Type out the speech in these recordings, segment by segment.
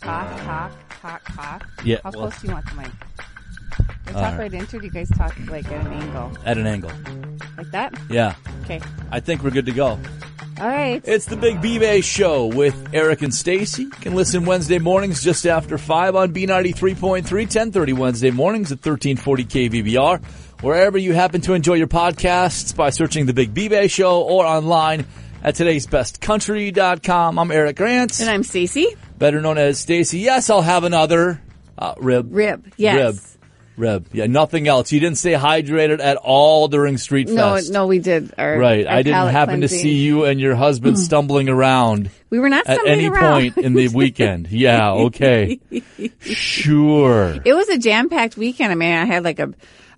Talk, talk, talk, talk. Yeah, How well- close do you want the mic? Do you talk right into it? Do you guys talk like at an angle? at an angle. Like that? Yeah, Okay. I think we're good to go. All right. It's the Big B-Bay Show with Eric and Stacy. You can listen Wednesday mornings just after 5 on B93.3, 1030 Wednesday mornings at 1340 KVBR. Wherever you happen to enjoy your podcasts by searching the Big B-Bay Show or online at today'sbestcountry.com. I'm Eric Grant, And I'm Stacy. better known as Stacy. Yes, I'll have another uh, rib. Rib. Yes. Rib. Rib. Yeah, nothing else. You didn't stay hydrated at all during Street No, Fest. no, we did. Our, Right. our I didn't palate happen to cleansing. see you and your husband stumbling around We were not at stumbling any around. point in the weekend. Yeah, okay. Sure. it was a jam packed weekend. I mean, I had like a,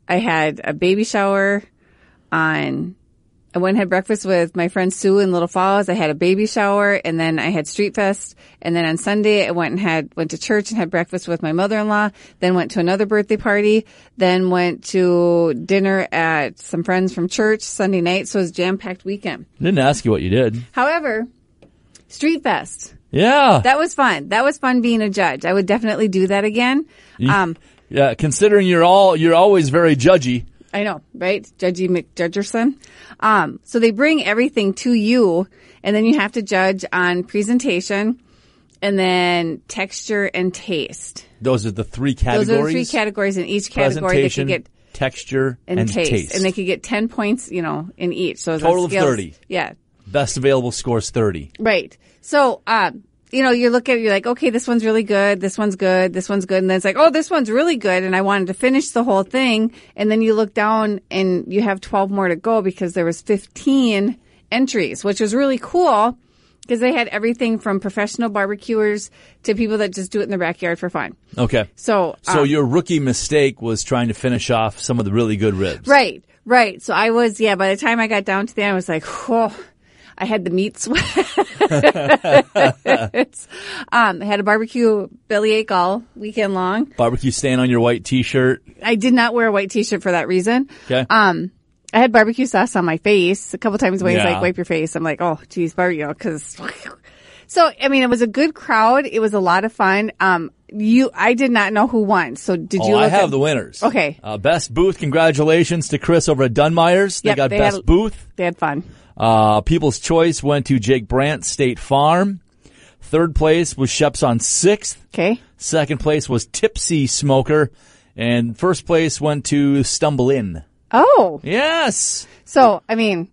I had a baby shower on. I went and had breakfast with my friend Sue in Little Falls. I had a baby shower and then I had street fest. And then on Sunday, I went and had, went to church and had breakfast with my mother-in-law, then went to another birthday party, then went to dinner at some friends from church Sunday night. So it was a jam packed weekend. Didn't ask you what you did. However, street fest. Yeah. That was fun. That was fun being a judge. I would definitely do that again. Um, yeah, considering you're all you're always very judgy. I know, right? Judgy McJudgerson. Um, so they bring everything to you and then you have to judge on presentation and then texture and taste. Those are the three categories. Those are the three categories in each category they Presentation, could get texture, and, and, taste. taste. And they could get 10 points, you know, in each. So it was on Total of scales. 30. Yeah. Best available scores 30. Right. So, um, you know, you look at it, you're like, okay, this one's really good, this one's good, this one's good, and then it's like, oh, this one's really good, and I wanted to finish the whole thing, and then you look down and you have 12 more to go because there was 15 entries, which was really cool because they had everything from professional barbecuers to people that just do it in the backyard for fun. Okay. So, So um, your rookie mistake was trying to finish off some of the really good ribs. Right, right. So I was, yeah, by the time I got down to the end, I was like, oh, I had the meat sweats. um, I had a barbecue bellyache all weekend long. Barbecue stain on your white t-shirt. I did not wear a white t-shirt for that reason. Okay. Um, I had barbecue sauce on my face a couple times when he's Yeah. like, wipe your face. I'm like, oh, geez, barbecue, because. So, I mean, it was a good crowd. It was a lot of fun. Um, you, I did not know who won. So did you Oh, look I have at- the winners. Okay. Uh, best booth. Congratulations to Chris over at Dunmeyer's. They Yep, got they best had- booth. They had fun. Uh, People's choice went to Jake Brandt State Farm. Third place was Sheps on sixth. Okay. Second place was Tipsy Smoker, and first place went to Stumble In. Oh. Yes. So I mean,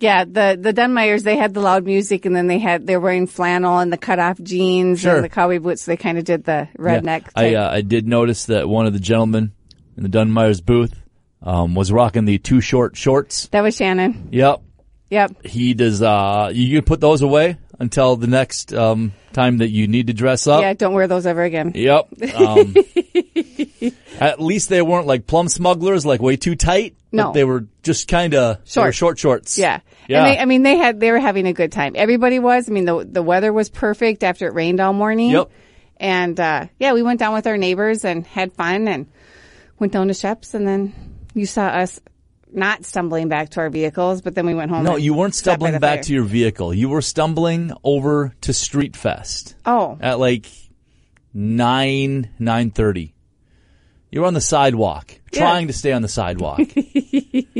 yeah, the the Dunmeyers they had the loud music, and then they had they're wearing flannel and the cut off jeans Sure. and the cowboy boots. So they kind of did the redneck. Yeah. I type. uh, I did notice that one of the gentlemen in the Dunmeyer's booth um, was rocking the too short shorts. that was Shannon. Yep. Yep. He does. Uh, you can put those away until the next um, time that you need to dress up. Yeah. Don't wear those ever again. Yep. Um, at least they weren't like plum smugglers, like way too tight. No. But they were just kind of Short. short shorts. Yeah. Yeah. And they, I mean, they had, they were having a good time. Everybody was. I mean, the, the weather was perfect after it rained all morning. Yep. And, uh, yeah, we went down with our neighbors and had fun and went down to Sheps and then you saw us not stumbling back to our vehicles, but then we went home. no, and you weren't sat by stumbling the back fire. to your vehicle. You were stumbling over to Street Fest Oh, at like nine nine thirty. You were on the sidewalk, trying to stay on the sidewalk.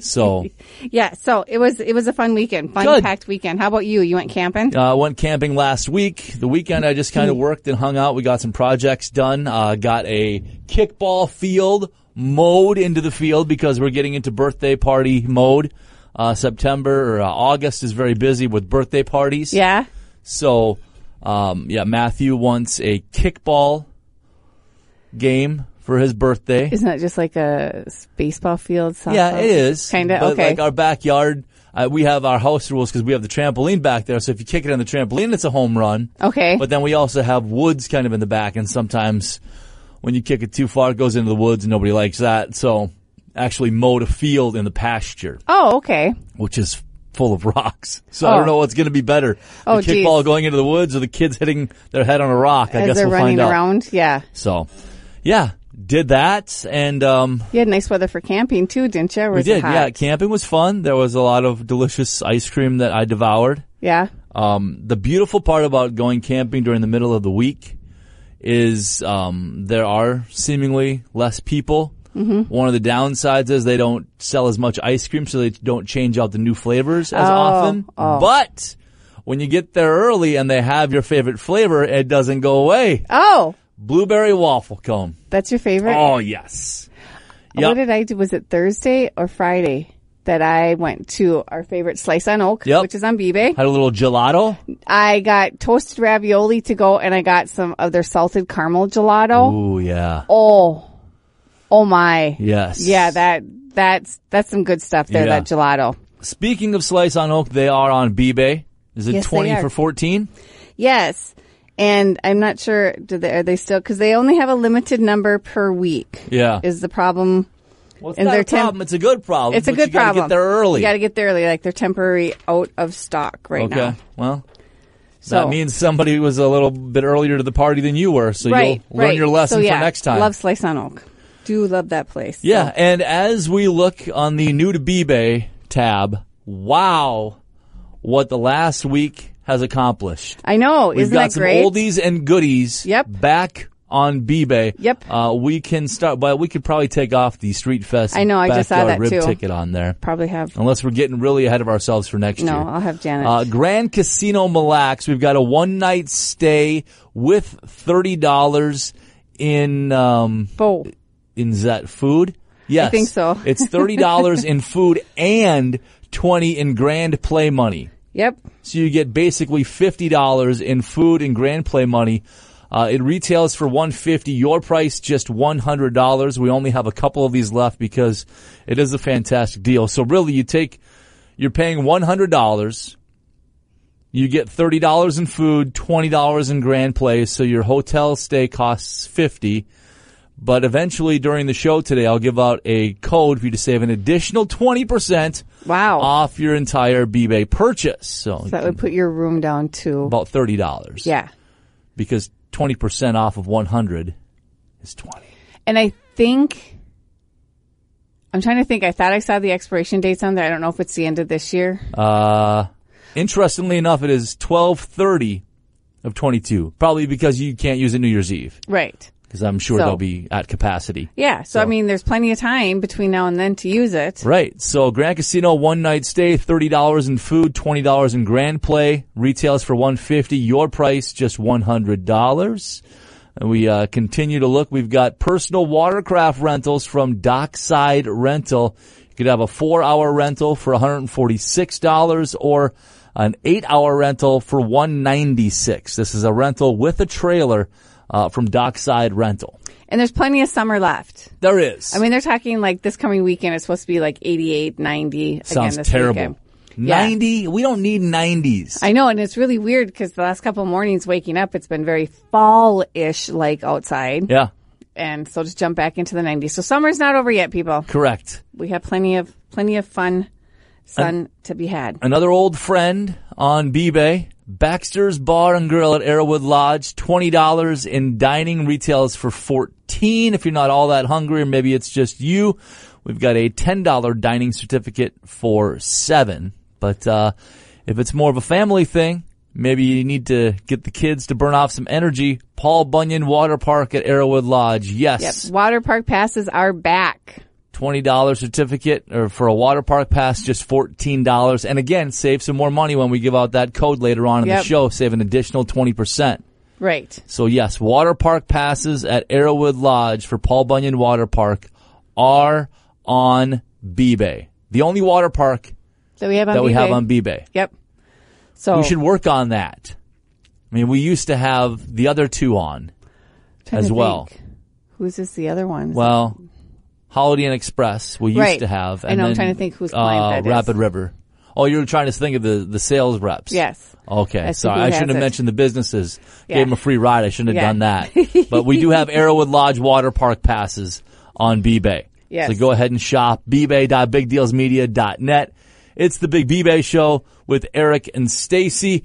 so yeah. So it was, it was a fun weekend, fun Good. packed weekend. How about you? You went camping? Uh, went camping last week. The weekend I just Hmm. kind of worked and hung out. We got some projects done. Uh, got a kickball field mowed into the field because we're getting into birthday party mode. Uh, September or uh, August is very busy with birthday parties. Yeah. So, um, yeah, Matthew wants a kickball game for his birthday. Isn't that just like a s- baseball field? Softball? Yeah, it is. Kind of. But, Okay. Like our backyard, uh, we have our house rules because we have the trampoline back there. So if you kick it on the trampoline, it's a home run. okay. But then we also have woods kind of in the back, and sometimes when you kick it too far, it goes into the woods, and nobody likes that. So actually mowed a field in the pasture, oh, okay. which is full of rocks. So I don't Oh. know what's going to be better: the Oh, geez. kickball going into the woods, or the kids hitting their head on a rock. I As guess they're we'll running find out. around. Yeah. So, yeah, did that, and um, You had nice weather for camping too, didn't you? Or we was it did. hot? Yeah, camping was fun. There was a lot of delicious ice cream that I devoured. Yeah. Um, the beautiful part about going camping during the middle of the week is um, there are seemingly less people. Mm-hmm. One of the downsides is they don't sell as much ice cream, so they don't change out the new flavors as Oh, often. oh. But when you get there early and they have your favorite flavor, it doesn't go away. Oh, Blueberry waffle cone. that's your favorite. Oh yes. What Yep. did I do? Was it Thursday or Friday that I went to our favorite Slice on Oak, Yep. which is on Bebe? Had a little gelato. I got toasted ravioli to go, and I got some of their salted caramel gelato. Ooh yeah. Oh, oh my! Yes. Yeah, that that's that's some good stuff there. Yeah. That gelato. Speaking of slice on oak, they are on B-Bay. Is it Yes, they twenty are. for fourteen? Yes, and I'm not sure. Do they are they still because they only have a limited number per week? Yeah. is the problem. Well, it's And not they're a temp- problem. It's a good problem. It's a but good you gotta problem. Get there early. You got to get there early. Like they're temporary out of stock right okay. now. Well, So that means somebody was a little bit earlier to the party than you were, so right, you'll learn right. your lesson so, yeah, for next time. Love Slice on Oak. Do love that place. yeah. And as we look on the new to B-Bay tab, wow, what the last week has accomplished. I know. We've Isn't got that some great? oldies and goodies. Yep. Back on B-Bay. Yep. Uh, we can start, but we could probably take off the Street Fest. I know, I just saw backyard that rib too. ticket on there. Probably have. Unless we're getting really ahead of ourselves for next No, year. I'll have Janet. Oh, Uh, Grand Casino Mille Lacs. We've got a one night stay with thirty dollars in um Bo. in is that food. Yes, think so. it's thirty dollars in food and twenty in grand play money. Yep. So you get basically fifty dollars in food and grand play money. Uh, it retails for one fifty. Your price just one hundred dollars. We only have a couple of these left because it is a fantastic deal. So really, you take you're paying one hundred dollars. You get thirty dollars in food, twenty dollars in grand play. So your hotel stay costs fifty. But eventually, during the show today, I'll give out a code for you to save an additional twenty percent Wow. off your entire B-Bay purchase. So, So that would put your room down to. about thirty dollars. Yeah. Because twenty percent off of one hundred is twenty. And I think I'm trying to think. I thought I saw the expiration dates on there. I don't know if it's the end of this year. Uh interestingly enough it is twelve thirty of twenty two. Probably because you can't use it New Year's Eve. Right. Because I'm sure So- they'll be at capacity. Yeah. So, I mean, there's plenty of time between now and then to use it. Right. So Grand Casino one night stay, thirty dollars in food, twenty dollars in grand play, retails for one fifty, your price just one hundred dollars. And we uh, continue to look. We've got personal watercraft rentals from Dockside Rental. You could have a four hour rental for $146 or an eight hour rental for $196. This is a rental with a trailer uh, from Dockside Rental. And there's plenty of summer left. There is. I mean, they're talking like this coming weekend. It's supposed to be like 88, 90. sounds again this terrible. Weekend. Yeah. 90? We don't need 90s. I know, and it's really weird because the last couple mornings waking up, it's been very fall-ish like outside, Yeah, and so just jump back into the 90s. So summer's not over yet, people. correct. We have plenty of plenty of fun sun to be had. Another old friend on B-Bay, Baxter's Bar and Grill at Arrowwood Lodge, $20 in dining retails for 14 if you're not all that hungry or maybe it's just you. We've got a $10 dining certificate for 7. But uh if it's more of a family thing, maybe you need to get the kids to burn off some energy. Paul Bunyan Water Park at Arrowwood Lodge. Yep. Yes. Water park passes are back. twenty dollar certificate or for a water park pass, just fourteen dollars. And again, save some more money when we give out that code later on in Yep. the show. Save an additional twenty percent. Right. So yes, water park passes at Arrowwood Lodge for Paul Bunyan Water Park are on B-Bay. The only water park That we have on Oh. that we B-Bay. have on B-Bay. Yep. So We should work on that. I mean, we used to have the other two on. trying to as well. think. Who's this? The other one? Well, Holiday Inn Express we used Right. to have. I And know, I'm then, trying to think whose client uh, that is. Rapid River. Oh, you were trying to think of the, the sales reps. Yes. Okay. That's Sorry, who I has shouldn't have it. mentioned the businesses. Yeah. Gave them a free ride. I shouldn't have Yeah. done that. but we do have Arrowwood Lodge water park passes on B-Bay. Yes. So go ahead and shop bbay.bigdealsmedia.net. It's the Big B-Bay show with Eric and Stacy.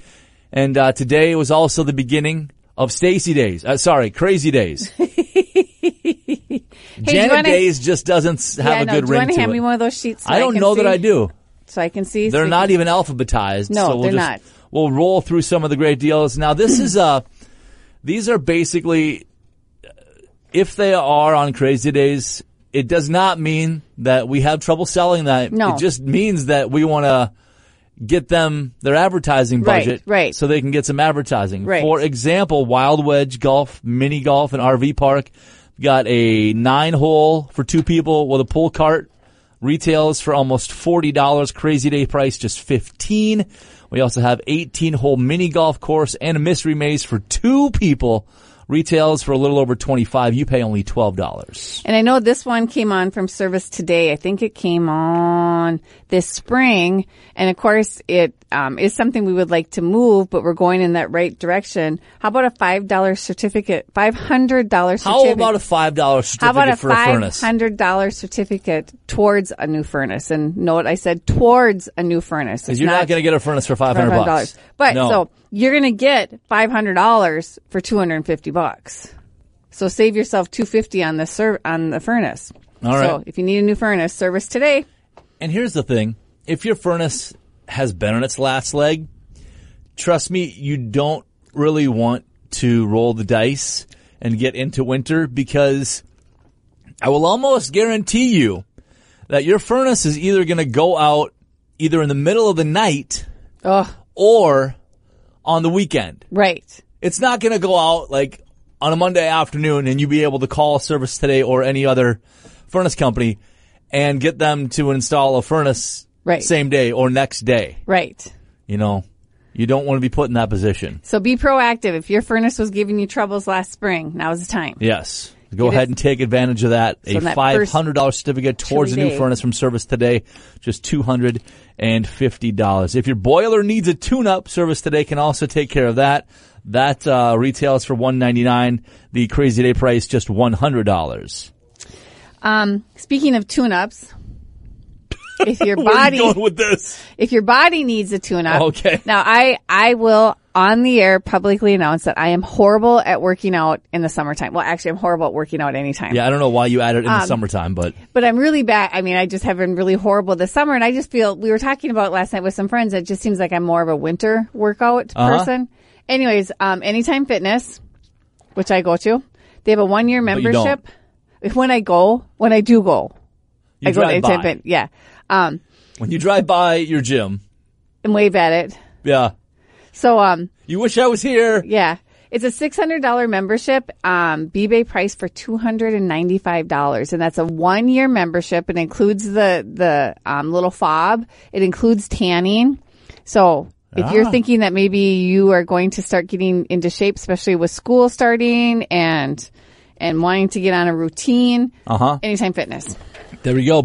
And uh, today was also the beginning of Stacy Days. Uh, sorry, Crazy Days. Hey, do you Janet wanna- Days just doesn't s- have yeah, a no, good do you ring want to to hand it. me one of those sheets? so I don't can know that see? I do. So I can see. They're so not even alphabetized. No, so we'll they're just, not. We'll roll through some of the great deals. Now, this is uh These are basically, uh, if they are on crazy days, it does not mean that we have trouble selling that. No. It just means that we want to get them their advertising Right, budget, right. So they can get some advertising. Right. For example, Wild Wedge Golf, mini golf, and RV park got a nine hole for two people with a pull cart. Retails for almost forty dollars. Crazy day price just fifteen. We also have eighteen hole mini golf course and a mystery maze for two people. Retails for a little over twenty five. You pay only twelve dollars. And I know this one came on from service today. I think it came on this spring. And of course, it um, is something we would like to move, but we're going in that right direction. How about a five dollar certificate? Five hundred dollar certificate. How about a five dollar How certificate about a for a five furnace? hundred dollar certificate towards a new furnace? And note, I said towards a new furnace. It's Because you're not, going to get a furnace for five hundred bucks. $500. But No. so you're going to get $500 for 250 bucks. So save yourself 250 on the ser- on the furnace. All right. So if you need a new furnace, service today. And here's the thing: if your furnace has been on its last leg, trust me, you don't really want to roll the dice and get into winter because I will almost guarantee you that your furnace is either going to go out either in the middle of the night Oh, or on the weekend. right. It's not going to go out like on a Monday afternoon and you be able to call service today or any other furnace company and get them to install a furnace Right. same day or next day. Right. You know, you don't want to be put in that position. So be proactive. If your furnace was giving you troubles last spring, now's the time. Yes. Get Go it- ahead and take advantage of that. a in that five first hundred dollar certificate towards a new day. furnace from service today, just two hundred and fifty dollars. If your boiler needs a tune up, service today can also take care of that. That uh, retails for one ninety nine. The crazy day price just one hundred dollars. Um, speaking of tune-ups, if your Where are you body going with this? if your body needs a tune up. Okay. Now I, I will on the air publicly announce that I am horrible at working out in the summertime. Well, actually I'm horrible at working out anytime. Yeah, I don't know why you added it in Um, the summertime, but But I'm really bad. I mean, I just have been really horrible this summer and I just feel, we were talking about it last night with some friends. It just seems like I'm more of a winter workout Uh-huh. person. Anyways, um, Anytime Fitness, which I go to, they have a one year you don't. membership. When I go, when I do go, you I go to drive Anytime by. Fit. Yeah. Um, When you drive by your gym, and wave at it. yeah, So, um, you wish I was here. Yeah. It's a $600 membership, um, b price for $295. And that's a one year membership. It includes the, the, um, little fob. It includes tanning. So if Ah. you're thinking that maybe you are going to start getting into shape, especially with school starting and, and wanting to get on a routine, Uh huh. Anytime Fitness. There we go.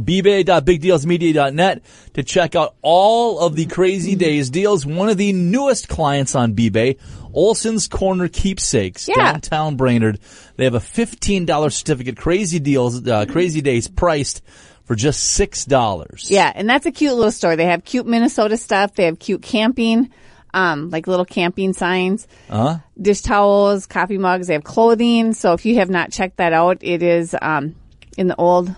bbay.bigdealsmedia.net to check out all of the crazy days deals. One of the newest clients on bbay, Olson's Corner Keepsakes, Yeah. downtown Brainerd. They have a $15 certificate. Crazy deals, uh, crazy days priced for just $6. Yeah, and that's a cute little store. They have cute Minnesota stuff. They have cute camping, um, like little camping signs, uh-huh. dish towels, coffee mugs. They have clothing. So if you have not checked that out, it is um, in the old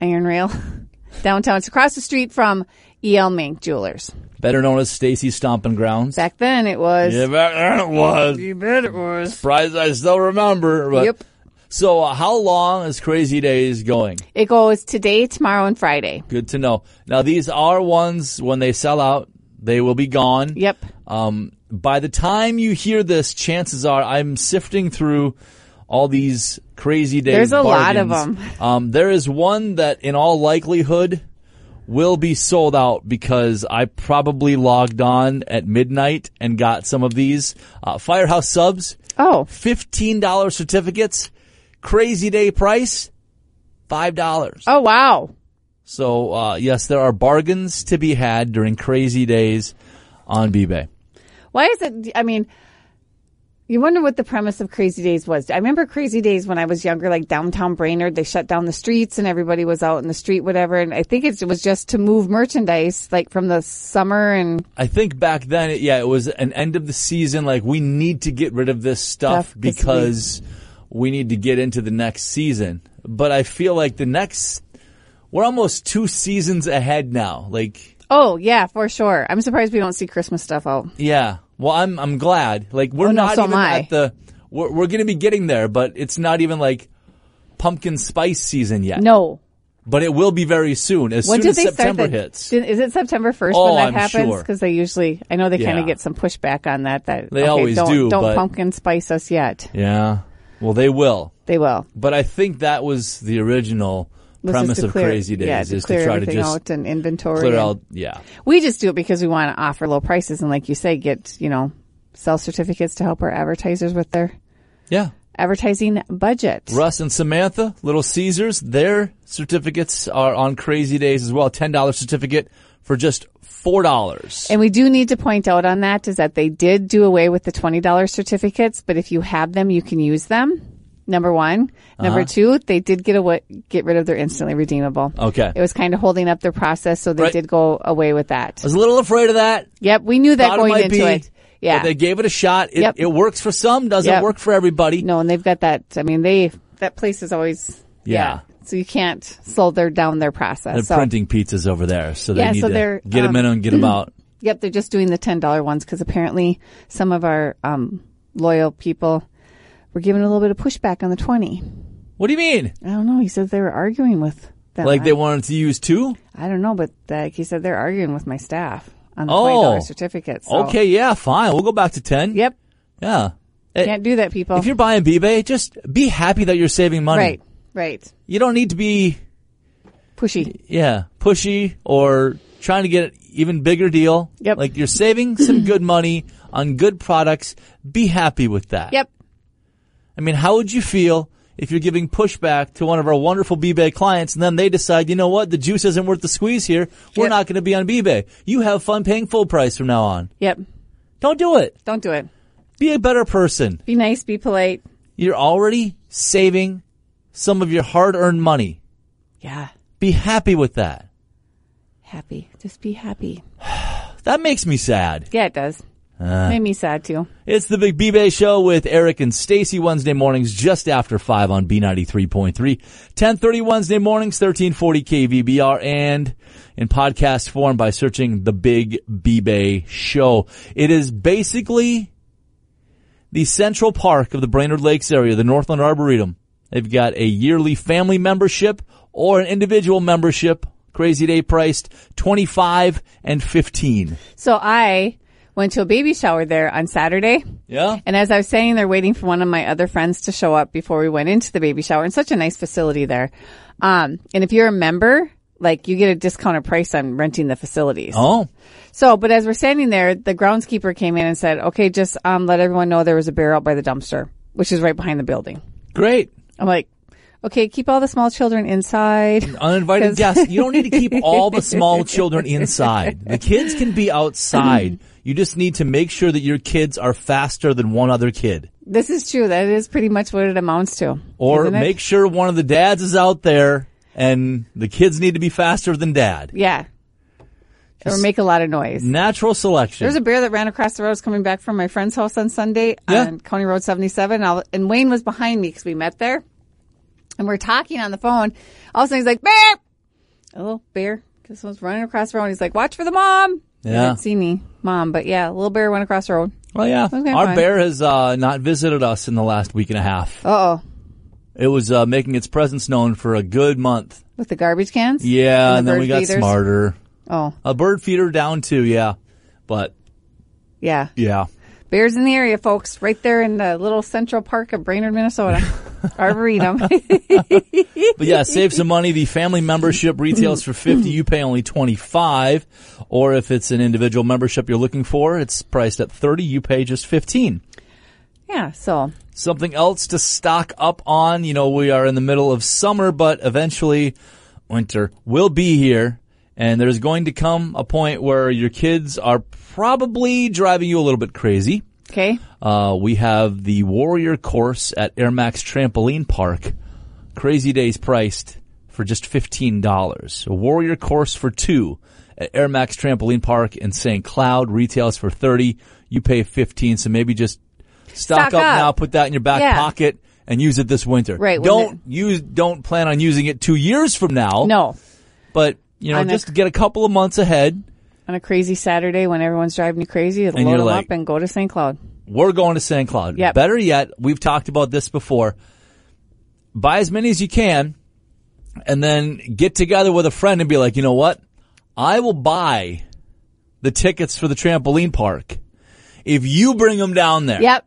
Iron Rail downtown. It's across the street from E.L. Mink Jewelers. Better known as Stacy's Stomping Grounds. Back then, it was. yeah, back then it was. You bet it was. Surprised I still remember. But Yep. So uh, how long is Crazy Days going? It goes today, tomorrow, and Friday. Good to know. Now these are ones when they sell out, they will be gone. Yep. Um, by the time you hear this, chances are I'm sifting through all these crazy days. There's a lot of bargains. Um, there is one that, in all likelihood, will be sold out because I probably logged on at midnight and got some of these uh, firehouse subs, Oh, fifteen dollar certificates, crazy day price, five dollars. oh, wow. So uh, yes, there are bargains to be had during crazy days on eBay. Why is it? I mean, you wonder what the premise of Crazy Days was. I remember Crazy Days when I was younger, like downtown Brainerd, they shut down the streets and everybody was out in the street, whatever. And I think it's- it was just to move merchandise, like from the summer and I think back then, it, yeah, it was an end of the season. Like we need to get rid of this stuff Stuff, 'cause we- because we need to get into the next season. but I feel like the next we're almost two seasons ahead now. Like Oh yeah, for sure. I'm surprised we don't see Christmas stuff out. yeah, well I'm I'm glad. Like we're Oh, no, not so am even I. at the we're we're gonna be getting there, but it's not even like pumpkin spice season yet. No. but it will be very soon. As When soon did as they September start? The, hits, did- Is it September 1st Oh, when that I'm happens? sure. Because they usually, I know they kind Yeah. of get some pushback on that. That They okay, always don't, do, Don't but- pumpkin spice us yet. yeah. Well, they will. They will. But I think that was the original Was just premise to of clear- Crazy Days yeah, is clear to try to everything just out and inventory. clear and- out. Yeah, We just do it because we want to offer low prices and, like you say, get you know, sell certificates to help our advertisers with their yeah. advertising budget. Russ and Samantha, Little Caesars, their certificates are on Crazy Days as well. Ten dollar certificate for just four dollars. And we do need to point out on that is that they did do away with the $20 certificates, but if you have them, you can use them. Number one. Number Uh-huh. two, they did get away, get rid of their instantly redeemable. Okay, It was kind of holding up their process, so they Right. did go away with that. I was a little afraid of that. Yep, we knew that Thought going it might into be, it. Yeah. but they gave it a shot. It, Yep. it works for some, doesn't Yep. work for everybody. no, and they've got that, I mean, they, that place is always, Yeah. So you can't slow their, down their process. They're so, printing pizzas over there, so they Yeah, need so to they're, um, get them in and get them out. Yep, they're just doing the ten dollar ones because apparently some of our um, loyal people were giving a little bit of pushback on the twenty. What do you mean? I don't know. He said they were arguing with them. Like they I, wanted to use two? I don't know, but like he said, they're arguing with my staff on the Oh. twenty dollar certificates. so- Okay, yeah, fine. We'll go back to ten. Yep. Yeah. Eh, Can't do that, people. If you're buying b just be happy that you're saving money. right, right. You don't need to be Pushy. yeah, pushy or trying to get an even bigger deal. Yep. Like you're saving some good money on good products. Be happy with that. Yep. I mean, how would you feel if you're giving pushback to one of our wonderful b clients and then they decide, you know what, the juice isn't worth the squeeze here. We're Yep. not going to be on b You have fun paying full price from now on. Yep. Don't do it. Don't do it. Be a better person. Be nice. Be polite. You're already saving some of your hard-earned money. Yeah. Be happy with that. Happy. Just be happy. That makes me sad. Yeah, it does. Ah. Made me sad too. It's the Big B-Bay Show with Eric and Stacy Wednesday mornings just after 5 on B93.3, 1030 Wednesday mornings, 1340 KVBR, and in podcast form by searching the Big B-Bay Show. It is basically the central park of the Brainerd Lakes area, the Northland Arboretum. They've got a yearly family membership or an individual membership, crazy day priced 25 and 15. So I went to a baby shower there on Saturday. Yeah? And as I was saying, they're waiting for one of my other friends to show up before we went into the baby shower. And such a nice facility there. Um, and if you're a member, like you get a discounted price on renting the facilities. Oh, So, but as we're standing there, the groundskeeper came in and said, "Okay, just um, let everyone know there was a bear out by the dumpster, which is right behind the building." great. I'm like, "Okay, keep all the small children inside." uninvited 'Cause- guests. You don't need to keep all the small children inside. The kids can be outside. You just need to make sure that your kids are faster than one other kid. This is true. That is pretty much what it amounts to. Or isn't it? make sure one of the dads is out there and the kids need to be faster than dad. yeah, or make a lot of noise. Natural selection. There's a bear that ran across the road. I was coming back from my friend's house on Sunday Yeah. on County Road 77. I'll, and Wayne was behind me because we met there. And we're talking on the phone. All of a sudden, he's like, bear! A little bear. This one's running across the road. He's like, watch for the mom. He Yeah. didn't see me, mom. But yeah, a little bear went across the road. well, yeah. Okay, Our fine. bear has uh, not visited us in the last week and a half. Uh oh. It was uh, making its presence known for a good month. With the garbage cans? Yeah, and, the then bird we got feeders? smarter. Oh, A bird feeder down too, yeah. But yeah. yeah. Bears in the area, folks, right there in the little central park of Brainerd, Minnesota. Arboretum. But yeah, save some money. The family membership retails for 50. You pay only 25. Or if it's an individual membership you're looking for, it's priced at 30. You pay just 15. yeah, so Something else to stock up on. You know, we are in the middle of summer, but eventually winter will be here. And there's going to come a point where your kids are probably driving you a little bit crazy. okay. Uh, we have the Warrior course at Air Max Trampoline Park. Crazy days priced for just $15. A Warrior course for two at Air Max Trampoline Park in St. Cloud retails for 30. You pay 15, so maybe just stock Stock up, up. now, put that in your back Yeah. pocket and use it this winter. Right, when Don't use. Don't plan on using it two years from now. No. But you know, On a- just get a couple of months ahead. On a crazy Saturday when everyone's driving you crazy, load And you're them like- up and go to St. Cloud. We're going to St. Cloud. Yep. Better yet, we've talked about this before. Buy as many as you can, and then get together with a friend and be like, you know what? I will buy the tickets for the trampoline park if you bring them down there. Yep.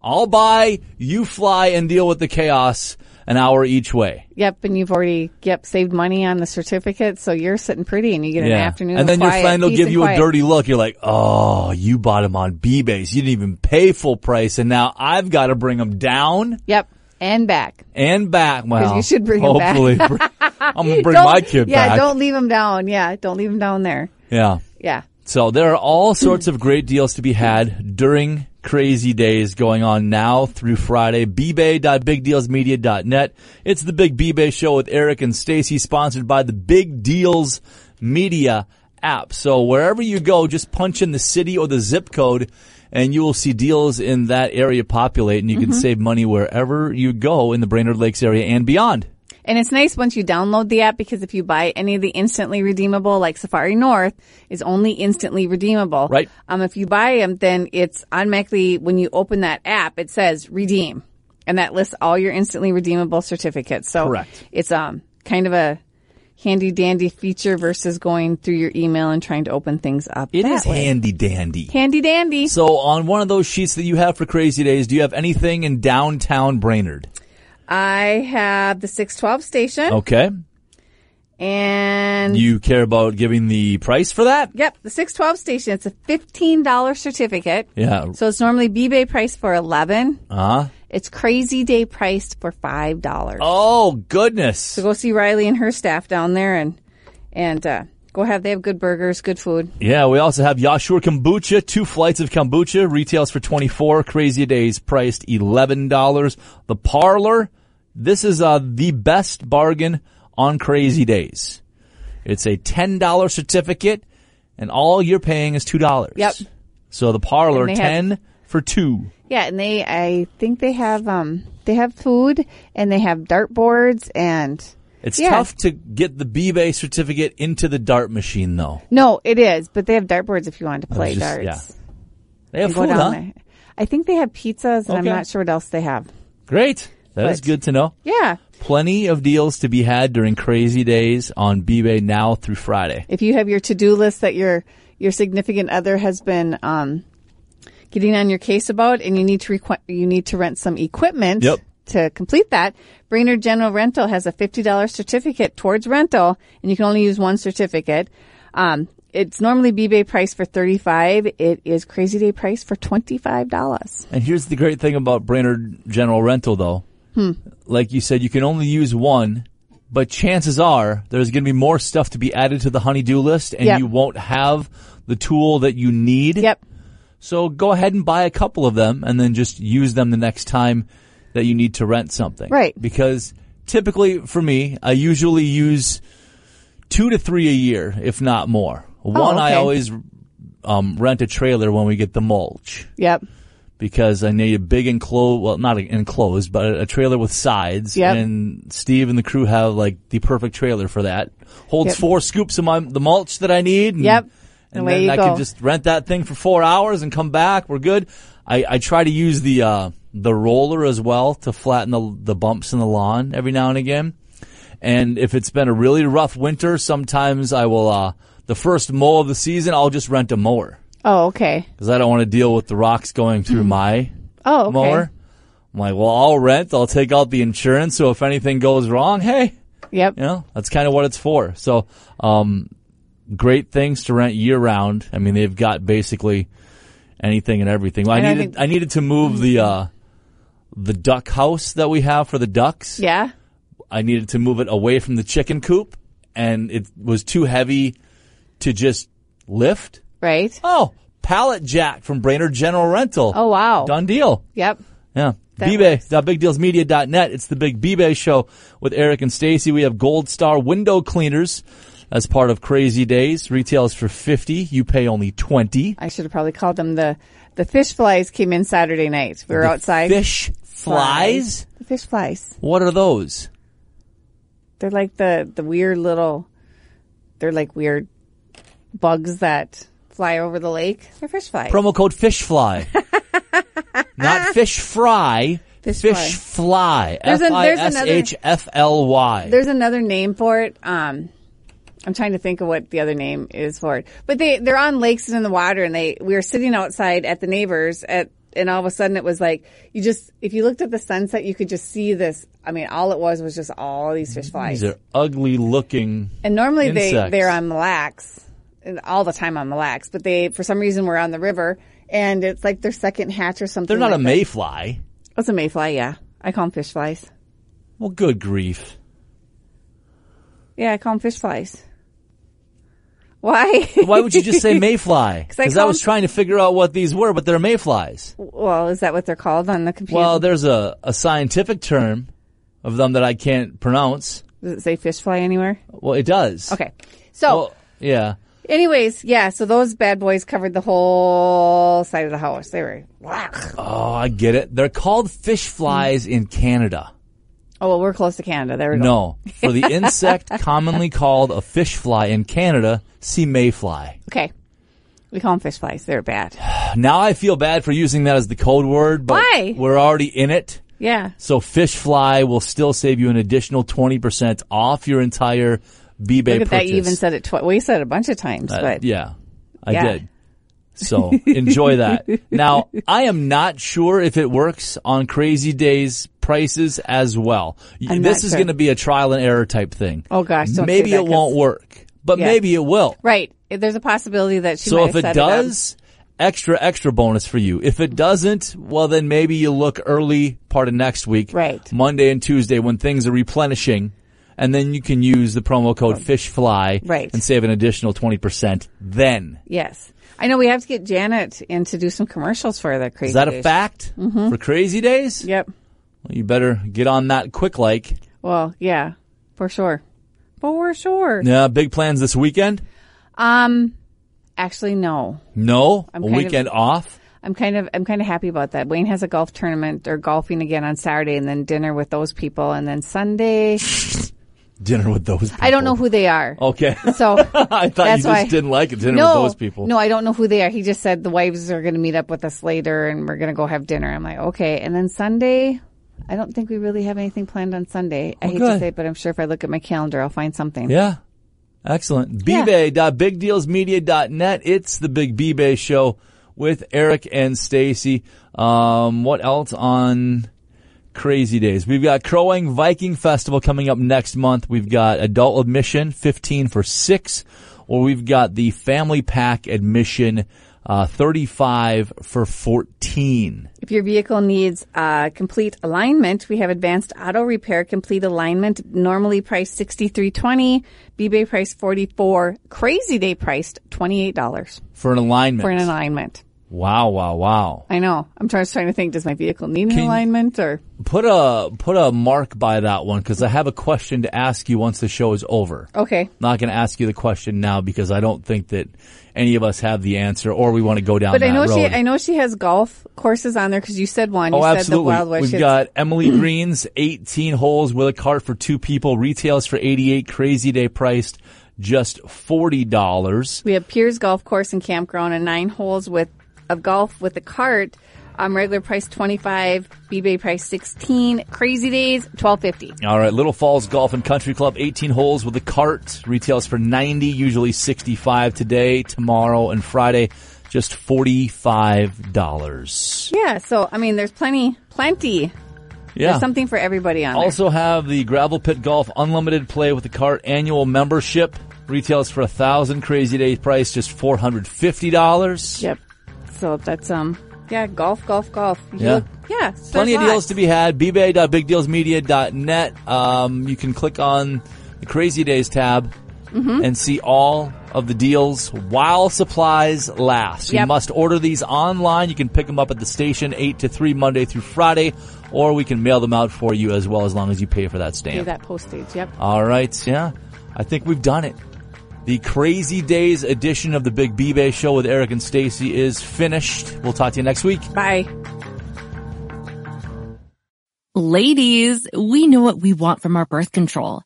I'll buy, you fly and deal with the chaos an hour each way. Yep. And you've already, yep, saved money on the certificate. So you're sitting pretty and you get an afternoon. And of then quiet, your friend will peace give and you quiet. a dirty look. You're like, oh, you bought them on B base. You didn't even pay full price. And now I've got to bring them down Yep. And back. and back. Well, you should bring 'em back. hopefully. I'm going to bring Don't- my kid yeah, back. don't leave them down. Yeah. Don't leave them down there. Yeah. Yeah. So there are all sorts of great deals to be had during crazy days going on now through Friday. bbay.bigdealsmedia.net. It's the Big B-Bay Show with Eric and Stacy, sponsored by the Big Deals Media app. So wherever you go, just punch in the city or the zip code and you will see deals in that area populate and you Mm-hmm. can save money wherever you go in the Brainerd Lakes area and beyond. And it's nice once you download the app because if you buy any of the instantly redeemable, like Safari North is only instantly redeemable. Right. Um, if you buy them, then it's automatically when you open that app, it says redeem, and that lists all your instantly redeemable certificates. So Correct. It's um kind of a handy dandy feature versus going through your email and trying to open things up. It is that way. handy dandy. handy dandy. So on one of those sheets that you have for crazy days, do you have anything in downtown Brainerd? I have the six twelve station Okay. and. Oh. You care about giving the price for that? Yep, the 612 station. It's a $15 certificate. Yeah. So it's normally B-Bay priced for 11. Uh huh. It's Crazy Day priced for $5. Oh goodness. Go see Riley and her staff down there and and uh, go have they have good burgers, good food. Yeah, we also have Yashur kombucha, two flights of kombucha, retails for 24, crazy days priced $11. The parlor, this is uh the best bargain on crazy days. It's a $10 certificate and all you're paying is $2. Yep. So the parlor And they have- 10 for 2. Yeah, and they I think they have um they have food and they have dart boards and It's Yeah. tough to get the B-Bay certificate into the dart machine, though. no, it is, but they have dart boards if you wanted to play Oh, just- darts. yeah. They have You go food, down huh? there. I think they have pizzas and I'm Okay. not sure what else they have. Great. That is But- good to know. Yeah. Plenty of deals to be had during crazy days on B-Bay now through Friday. if you have your to-do list that your your significant other has been um, getting on your case about, and you need to requ- you need to rent some equipment Yep. to complete that, Brainerd General Rental has a fifty dollars certificate towards rental, and you can only use one certificate. Um, it's normally B-Bay price for thirty-five. It is Crazy Day price for twenty-five dollars. And here's the great thing about Brainerd General Rental, though. Hmm. Like you said, you can only use one, but chances are there's going to be more stuff to be added to the honey-do list, and Yep. you won't have the tool that you need. Yep. So go ahead and buy a couple of them and then just use them the next time that you need to rent something. Right. Because typically for me, I usually use two to three a year, if not more. One, I Oh, okay. always um, rent a trailer when we get the mulch Yep. because I need a big enclosed, well, not enclosed, but a trailer with sides. Yep. And Steve and the crew have like the perfect trailer for that. Holds Yep. four scoops of my, the mulch that I need. And, Yep. And Away then you I go. can just rent that thing for four hours and come back. We're good. I, I try to use the, uh, the roller as well to flatten the, the bumps in the lawn every now and again. And if it's been a really rough winter, sometimes I will, uh, the first mow of the season, I'll just rent a mower Oh, okay. because I don't want to deal with the rocks going through my Oh, okay. mower. I'm like, well, I'll rent. I'll take out the insurance. So if anything goes wrong, hey, Yep. you know, that's kind of what it's for. So, um, great things to rent year round. I mean, they've got basically anything and everything. Well, I And I needed, I, think- needed to move the, uh, the duck house that we have for the ducks. Yeah. I needed to move it away from the chicken coop and it was too heavy to just lift. Right. Oh, pallet jack from Brainerd General Rental. Oh, wow. Done deal. Yep. Yeah. That bbay.bigdealsmedia.net. It's the Big bbay Show with Eric and Stacy. We have Gold Star window cleaners as part of Crazy Days. Retails for 50. You pay only 20. I should have probably called them the the fish flies came in Saturday night. We were outside. Fish flies. fish flies. What are those? They're like the the weird little. They're like weird bugs that fly over the lake. They're fish flies. Promo code fishfly. Not fish fry. Fish fish fly. There's F an- I there's S another- H F L Y. There's another name for it. Um, I'm trying to think of what the other name is for it. But they they're on lakes and in the water, and they we were sitting outside at the neighbors at. And all of a sudden, it was like you just, if you looked at the sunset, you could just see this. I mean, all it was was just all these fish flies. These are ugly looking. And normally they Insects. they're on Mille Lacs, and all the time on Mille Lacs, but they for some reason were on the river, and it's like their second hatch or something. They're not a like mayfly. That. It's a mayfly, yeah. I call them fish flies. Well, good grief. Yeah, I call them fish flies. Why? Why would you just say mayfly? I Because I, call was them- trying to figure out what these were, but they're mayflies. well, is that what they're called on the computer? Well, there's a, a scientific term of them that I can't pronounce. Does it say fish fly anywhere? Well, it does. Okay. So, Well, yeah. anyways, yeah. So those bad boys covered the whole side of the house. They were. Oh, I get it. They're called fish flies in Canada. Oh well, we're close to Canada. There we go. No. For the insect commonly called a fish fly in Canada, see mayfly. Okay. We call them fish flies. They're bad. Now I feel bad for using that as the code word, but Why? we're already in it. Yeah. So fish fly will still save you an additional 20% off your entire b Look purchase. at that. You even said it twice. We said it a bunch of times, Uh, but yeah, I Yeah. did. So enjoy that. Now, I am not sure if it works on crazy days prices as well. Y- I'm this not is sure. going to be a trial and error type thing. Oh, gosh, don't say maybe that, it won't 'cause- work, but Yeah. maybe it will. right. There's a possibility that she. So might if have it set up. does, extra extra bonus for you. If it doesn't, well then maybe you look early part of next week, Right. Monday and Tuesday when things are replenishing, and then you can use the promo code FishFly Right. and save an additional twenty percent. Then yes, I know we have to get Janet in to do some commercials for the crazy. is that a Days. fact for crazy days? Mm-hmm. Yep. Well, you better get on that quick like. Well, yeah, for sure, for sure. Yeah, big plans this weekend. Um, actually, no. No, a kind of- weekend off. I'm kind of I'm kind of happy about that. Wayne has a golf tournament or golfing again on Saturday, and then dinner with those people, and then Sunday. Dinner with those. people. Oh. I don't know who they are. Okay, So I thought That's you just why- didn't like it. Dinner no, with those people. No, I don't know who they are. He just said the wives are going to meet up with us later and we're going to go have dinner. I'm like, okay. And then Sunday, I don't think we really have anything planned on Sunday. I hate good. to say it, but I'm sure if I look at my calendar, I'll find something. Yeah. Excellent. Yeah. bbay.bigdealsmedia.net. It's the Big B-Bay Show with Eric and Stacy. Um, what else on crazy days? We've got Crowing Viking Festival coming up next month. We've got adult admission, 15 for 6, or we've got the family pack admission, uh, 35 for 14. If your vehicle needs uh, complete alignment, we have Advanced Auto Repair Complete Alignment, normally priced sixty three twenty, eBay price forty four, Crazy Day priced twenty eight dollars For an alignment. for an alignment. wow, wow, wow. I know. I'm just trying to think. Does my vehicle need an you- alignment or? Put a, put a mark by that one because I have a question to ask you once the show is over. Okay. not going to ask you the question now because I don't think that any of us have the answer or we want to go down But that I know road. she, I know she has golf courses on there because you said one. You oh, said absolutely. the Wild West. We've It's- got Emily Green's 18 holes with a cart for two people. Retails for 88. Crazy day priced just $40. we have Piers Golf Course and Campground and nine holes with of golf with a cart. Um, regular price twenty five, eBay price sixteen. Crazy days twelve fifty. All right. Little Falls Golf and Country Club, 18 holes with a cart. Retails for 90, usually 65 today, tomorrow, and Friday. Just $45. Yeah, so I mean, there's plenty, plenty. Yeah. There's something for everybody on there. Also have the Gravel Pit Golf Unlimited Play with the Cart annual membership. Retails for a thousand crazy days price, just four hundred fifty dollars. Yep. So that's um, yeah, golf, golf, golf. You Yeah. look- yeah. so Plenty there's of deals lots. to be had. bbay.bigdealsmedia.net. Um, you can click on the Crazy Days tab Mm-hmm. and see all of the deals while supplies last. You Yep. must order these online. You can pick them up at the station eight to three Monday through Friday, or we can mail them out for you as well as long as you pay for that Do stamp. that postage. Yep. All right, yeah. I think we've done it. The Crazy Days edition of the Big B-Bay Show with Eric and Stacy is finished. We'll talk to you next week. Bye. Ladies, we know what we want from our birth control.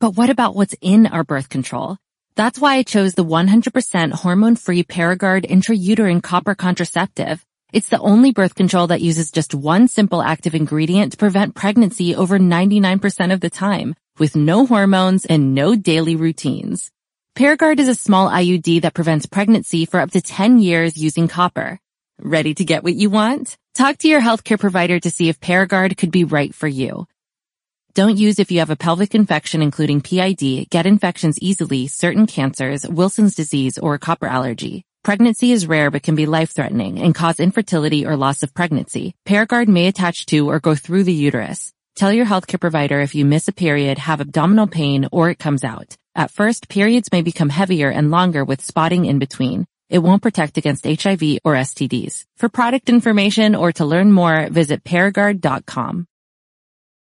But what about what's in our birth control? That's why I chose the 100% hormone-free Paragard intrauterine copper contraceptive. It's the only birth control that uses just one simple active ingredient to prevent pregnancy over 99% of the time, with no hormones and no daily routines. Paragard is a small IUD that prevents pregnancy for up to 10 years using copper. Ready to get what you want? Talk to your healthcare provider to see if Paragard could be right for you. Don't use if you have a pelvic infection, including PID, get infections easily, certain cancers, Wilson's disease, or a copper allergy. Pregnancy is rare but can be life-threatening and cause infertility or loss of pregnancy. Paragard may attach to or go through the uterus. Tell your healthcare provider if you miss a period, have abdominal pain, or it comes out. At first, periods may become heavier and longer with spotting in between. It won't protect against HIV or STDs. For product information or to learn more, visit Paragard.com.